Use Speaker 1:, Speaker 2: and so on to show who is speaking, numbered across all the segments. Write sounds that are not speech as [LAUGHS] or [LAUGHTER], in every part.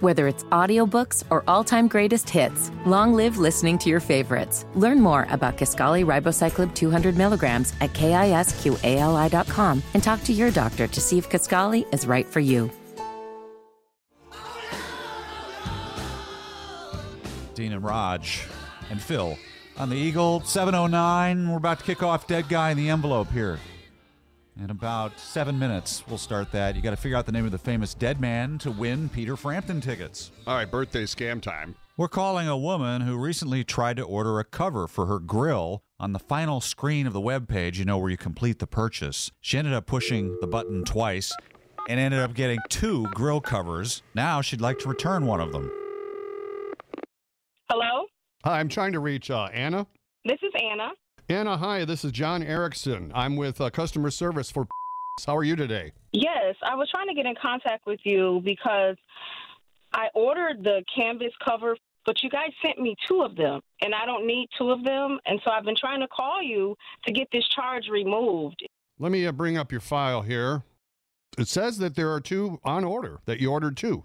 Speaker 1: Whether it's audiobooks or all-time greatest hits, long live listening to your favorites. Learn more about Kaskali Ribocyclib 200 milligrams at kisqali.com and talk to your doctor to see if Kaskali is right for you.
Speaker 2: Dean and Raj and Phil on the Eagle 709. We're about to kick off Dead Guy in the Envelope here. In about seven minutes, we'll start that. You got to figure out the name of the famous dead man to win Peter Frampton tickets.
Speaker 3: All right, birthday scam time.
Speaker 2: We're calling a woman who recently tried to order a cover for her grill on the final screen of the webpage, you know, where you complete the purchase. She ended up pushing the button twice and ended up getting two grill covers. Now she'd like to return one of them.
Speaker 4: Hello,
Speaker 3: Hi, I'm trying to reach uh, Anna.
Speaker 4: this is Anna.
Speaker 3: Anna, hi, this is John Erickson. I'm with uh, customer service for. [LAUGHS] How are you today?
Speaker 4: Yes, I was trying to get in contact with you because I ordered the canvas cover, but you guys sent me two of them, and I don't need two of them. And so I've been trying to call you to get this charge removed.
Speaker 3: Let me uh, bring up your file here. It says that there are two on order, that you ordered two.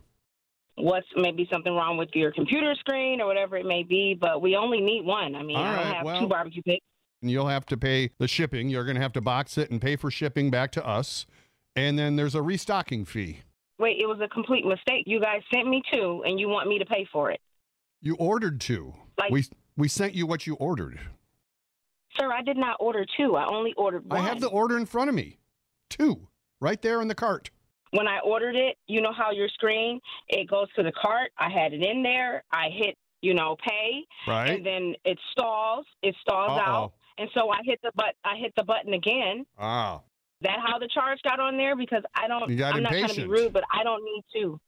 Speaker 4: What's maybe something wrong with your computer screen or whatever it may be, but we only need one. I mean,
Speaker 3: All
Speaker 4: I don't
Speaker 3: right,
Speaker 4: have
Speaker 3: well-
Speaker 4: two barbecue pits.
Speaker 3: And you'll have to pay the shipping. You're going to have to box it and pay for shipping back to us. And then there's a restocking fee.
Speaker 4: Wait, it was a complete mistake. You guys sent me two, and you want me to pay for it.
Speaker 3: You ordered two.
Speaker 4: Like-
Speaker 3: we, we sent you what you ordered.
Speaker 4: Sir, I did not order two. I only ordered one.
Speaker 3: I have the order in front of me. Two, right there in the cart.
Speaker 4: when I ordered it, you know how your screen it goes to the cart. I had it in there. I hit you know pay,
Speaker 3: Right?
Speaker 4: and then it stalls. It stalls
Speaker 3: Uh-oh.
Speaker 4: out, and so I hit the but I hit the button again.
Speaker 3: Ah.
Speaker 4: That how the charge got on there because I don't.
Speaker 3: You got
Speaker 4: I'm not trying to
Speaker 3: impatient.
Speaker 4: be rude, but I don't need to.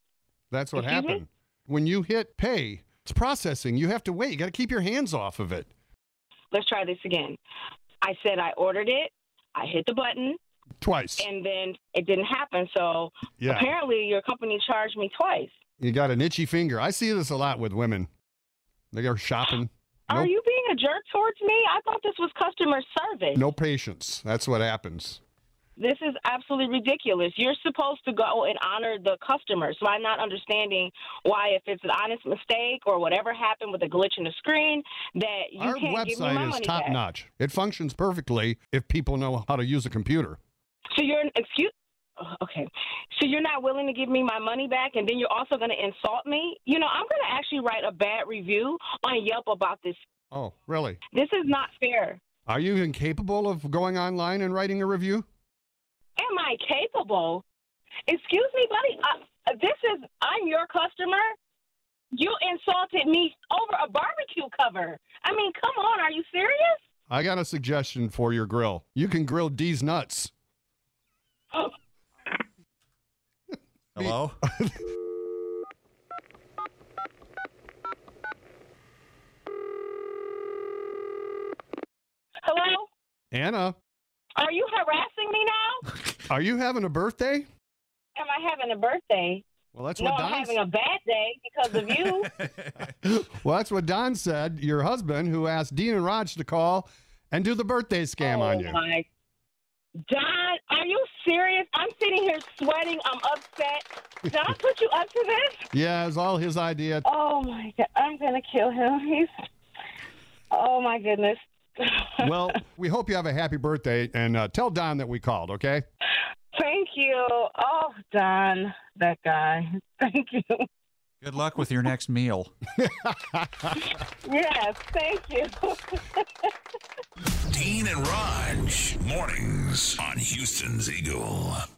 Speaker 3: That's what
Speaker 4: Excuse me?
Speaker 3: happened. When you hit pay, it's processing. You have to wait. You got to keep your hands off of it.
Speaker 4: Let's try this again. I said I ordered it. I hit the button,
Speaker 3: Twice.
Speaker 4: and then it didn't happen. So
Speaker 3: Yeah.
Speaker 4: apparently, your company charged me twice.
Speaker 3: You got an itchy finger. I see this a lot with women. They are shopping.
Speaker 4: [GASPS] Are
Speaker 3: No,
Speaker 4: you being a jerk towards me? I thought this was customer service.
Speaker 3: no patience. That's what happens.
Speaker 4: This is absolutely ridiculous. You're supposed to go and honor the customer. So I'm not understanding why, if it's an honest mistake or whatever happened with a glitch in the screen, that you
Speaker 3: Our
Speaker 4: can't give me
Speaker 3: website
Speaker 4: my
Speaker 3: is
Speaker 4: money
Speaker 3: top
Speaker 4: back.
Speaker 3: notch. It functions perfectly if people know how to use a computer.
Speaker 4: So you're an excuse. Ugh, Okay, so you're not willing to give me my money back, and then you're also going to insult me. You know, I'm going to actually write a bad review on Yelp about this.
Speaker 3: Oh, really?
Speaker 4: This is not fair.
Speaker 3: Are you incapable of going online and writing a review?
Speaker 4: Am I capable? Excuse me, buddy. I, this is I'm your customer. You insulted me over a barbecue cover. I mean, come on. Are you serious? [GASPS]
Speaker 3: I got a suggestion for your grill. You can grill D's nuts.
Speaker 2: Hello?
Speaker 4: Hello?
Speaker 3: Anna,
Speaker 4: Are you harassing me now?
Speaker 3: are you having a birthday?
Speaker 4: Am I having a birthday?
Speaker 3: Well, that's
Speaker 4: no,
Speaker 3: what
Speaker 4: I'm
Speaker 3: Don
Speaker 4: having a bad day because of
Speaker 3: [LAUGHS]
Speaker 4: you.
Speaker 3: Well, that's what Don said. Your husband, who asked Dean and Raj to call and do the birthday scam
Speaker 4: oh
Speaker 3: on you.
Speaker 4: My. Don, are you serious? I'm sitting here sweating. I'm upset.
Speaker 3: [LAUGHS]
Speaker 4: Did I put you up to this?
Speaker 3: Yeah, it was all his
Speaker 4: [LAUGHS]
Speaker 3: idea.
Speaker 4: Oh my god, I'm gonna kill him. [LAUGHS] He's. Oh my goodness. [LAUGHS]
Speaker 3: Well, we hope you have a happy birthday and uh, tell Don that we called, okay?
Speaker 4: Thank you. Oh, Don, that guy. [LAUGHS] Thank you.
Speaker 2: Good luck with your next meal.
Speaker 4: Yes, thank you.
Speaker 5: Dean and Raj, mornings on Houston's Eagle.